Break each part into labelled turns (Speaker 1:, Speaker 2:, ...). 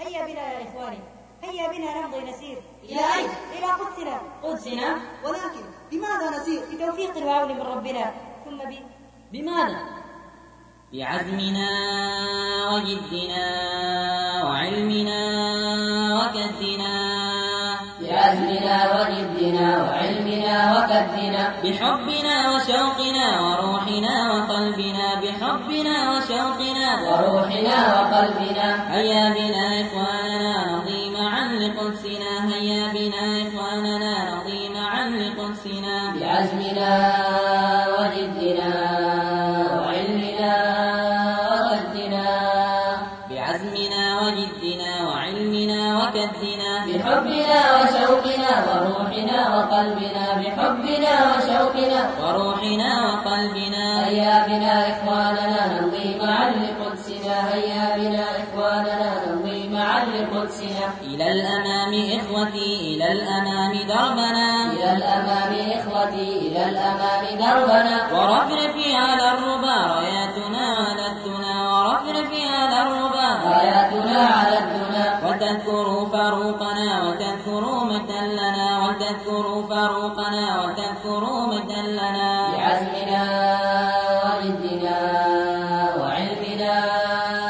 Speaker 1: هيا بنا يا إخواني هيا بنا نمضي نسير
Speaker 2: إلى أين؟
Speaker 1: إلى قدسنا
Speaker 2: قدسنا
Speaker 3: ولكن لماذا نسير
Speaker 1: بتوفيق وعون من ربنا ثم بي
Speaker 2: بماذا بعزمنا وجدنا وعلمنا وكدنا
Speaker 4: بعزمنا وجدنا وعلمنا وكدنا
Speaker 2: بحبنا وشوقنا وروحنا وقلبنا بحبنا وشوقنا
Speaker 4: وروحنا وقلبنا
Speaker 2: هيا بنا إخواننا نمضي معا لقدسنا هيا بنا إخواننا نمضي معا لقدسنا
Speaker 4: بعزمنا وجدنا وعلمنا وكدنا
Speaker 2: بعزمنا وجدنا وعلمنا وكدنا
Speaker 4: بحبنا وشوقنا وروحنا وقلبنا بحبنا وشوقنا
Speaker 2: وروحنا وقلبنا
Speaker 4: هيا بنا إخواننا نمضي معا لقدسنا هيا بنا إخواننا نمضي معا لقدسنا
Speaker 2: إلى الأمام إخوتي إلى الأمام دربنا
Speaker 4: إلى الأمام إخوتي إلى الأمام دربنا
Speaker 2: ورفرفي على الربا راياتنا ولدتنا ورفرفي على الربا
Speaker 4: راياتنا على الدنا
Speaker 2: وتذكروا فاروقنا وتذكروا مجدا لنا وتذكروا فاروقنا وتذكروا مجدا لنا
Speaker 4: بعزمنا وجدنا وعلمنا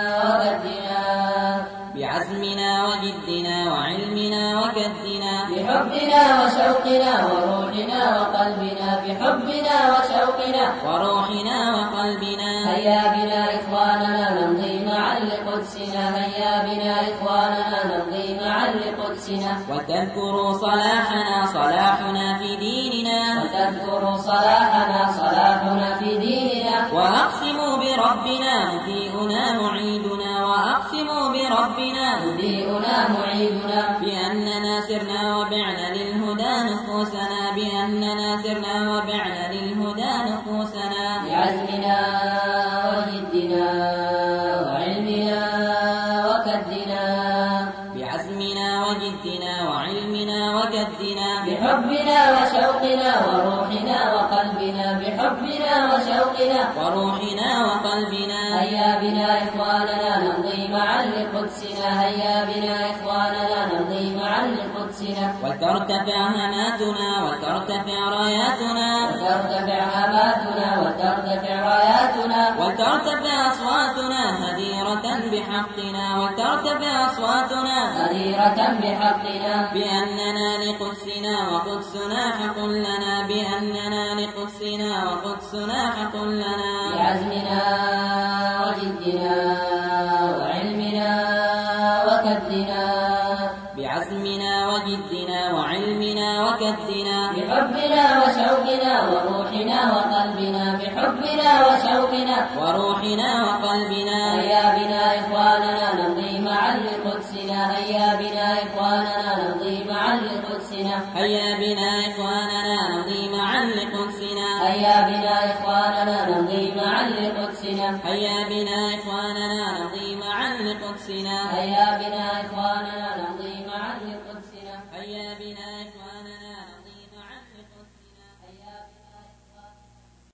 Speaker 4: وبدنا
Speaker 2: بعزمنا وجدنا وعلمنا وكدنا
Speaker 4: بحبنا وشوقنا وروحنا وقلبنا بحبنا وشوقنا
Speaker 2: وروحنا وقلبنا
Speaker 4: هيا بنا إخواننا نمضي معا لقدسنا هيا بنا إخواننا نمضي معا لقدسنا
Speaker 2: وتذكروا صلاحنا صلاحنا في ديننا
Speaker 4: وتذكر صلاحنا صلاحنا في ديننا
Speaker 2: وأقسموا بربنا مجيئنا معيدنا وأقسموا بربنا
Speaker 4: مضيئنا معيدنا
Speaker 2: بأننا سرنا وبعنا للهدى نفوسنا بأننا سرنا وبعنا للهدى نفوسنا
Speaker 4: بعزمنا وجدنا وعلمنا وكدنا
Speaker 2: بعزمنا وجدنا وعلمنا وجدنا
Speaker 4: بحبنا وشوقنا وروحنا وقلبنا بحبنا وشوقنا
Speaker 2: وروحنا وقلبنا
Speaker 4: هيا بنا إخواننا نمضي معا لقدسنا هيا بنا إخواننا نمضي معا لقدسنا
Speaker 2: وترتفع هماتنا وترتفع راياتنا
Speaker 4: وترتفع آماتنا وترتفع راياتنا
Speaker 2: وترتفع أصواتنا هديرة بحقنا وترتفع أصواتنا
Speaker 4: غديرة بحقنا
Speaker 2: بأننا لقدسنا وقدسنا حق لنا بأننا لقدسنا وقدسنا حق لنا
Speaker 4: بعزمنا وجدنا وعلمنا وكدنا
Speaker 2: بعزمنا وجدنا وعلمنا وكدنا
Speaker 4: بحبنا وشوقنا وروحنا وقلبنا بحبنا وشوقنا
Speaker 2: وروحنا وقلبنا
Speaker 4: هيا بنا إخواننا نمضي معا لقدسنا هيا بنا إخواننا نمضي معا لقدسنا
Speaker 2: هيا بنا إخواننا نمضي معا لقدسنا
Speaker 4: هيا بنا إخواننا نمضي معا لقدسنا
Speaker 2: هيا بنا إخواننا نمضي معا لقدسنا
Speaker 4: هيا بنا إخواننا نمضي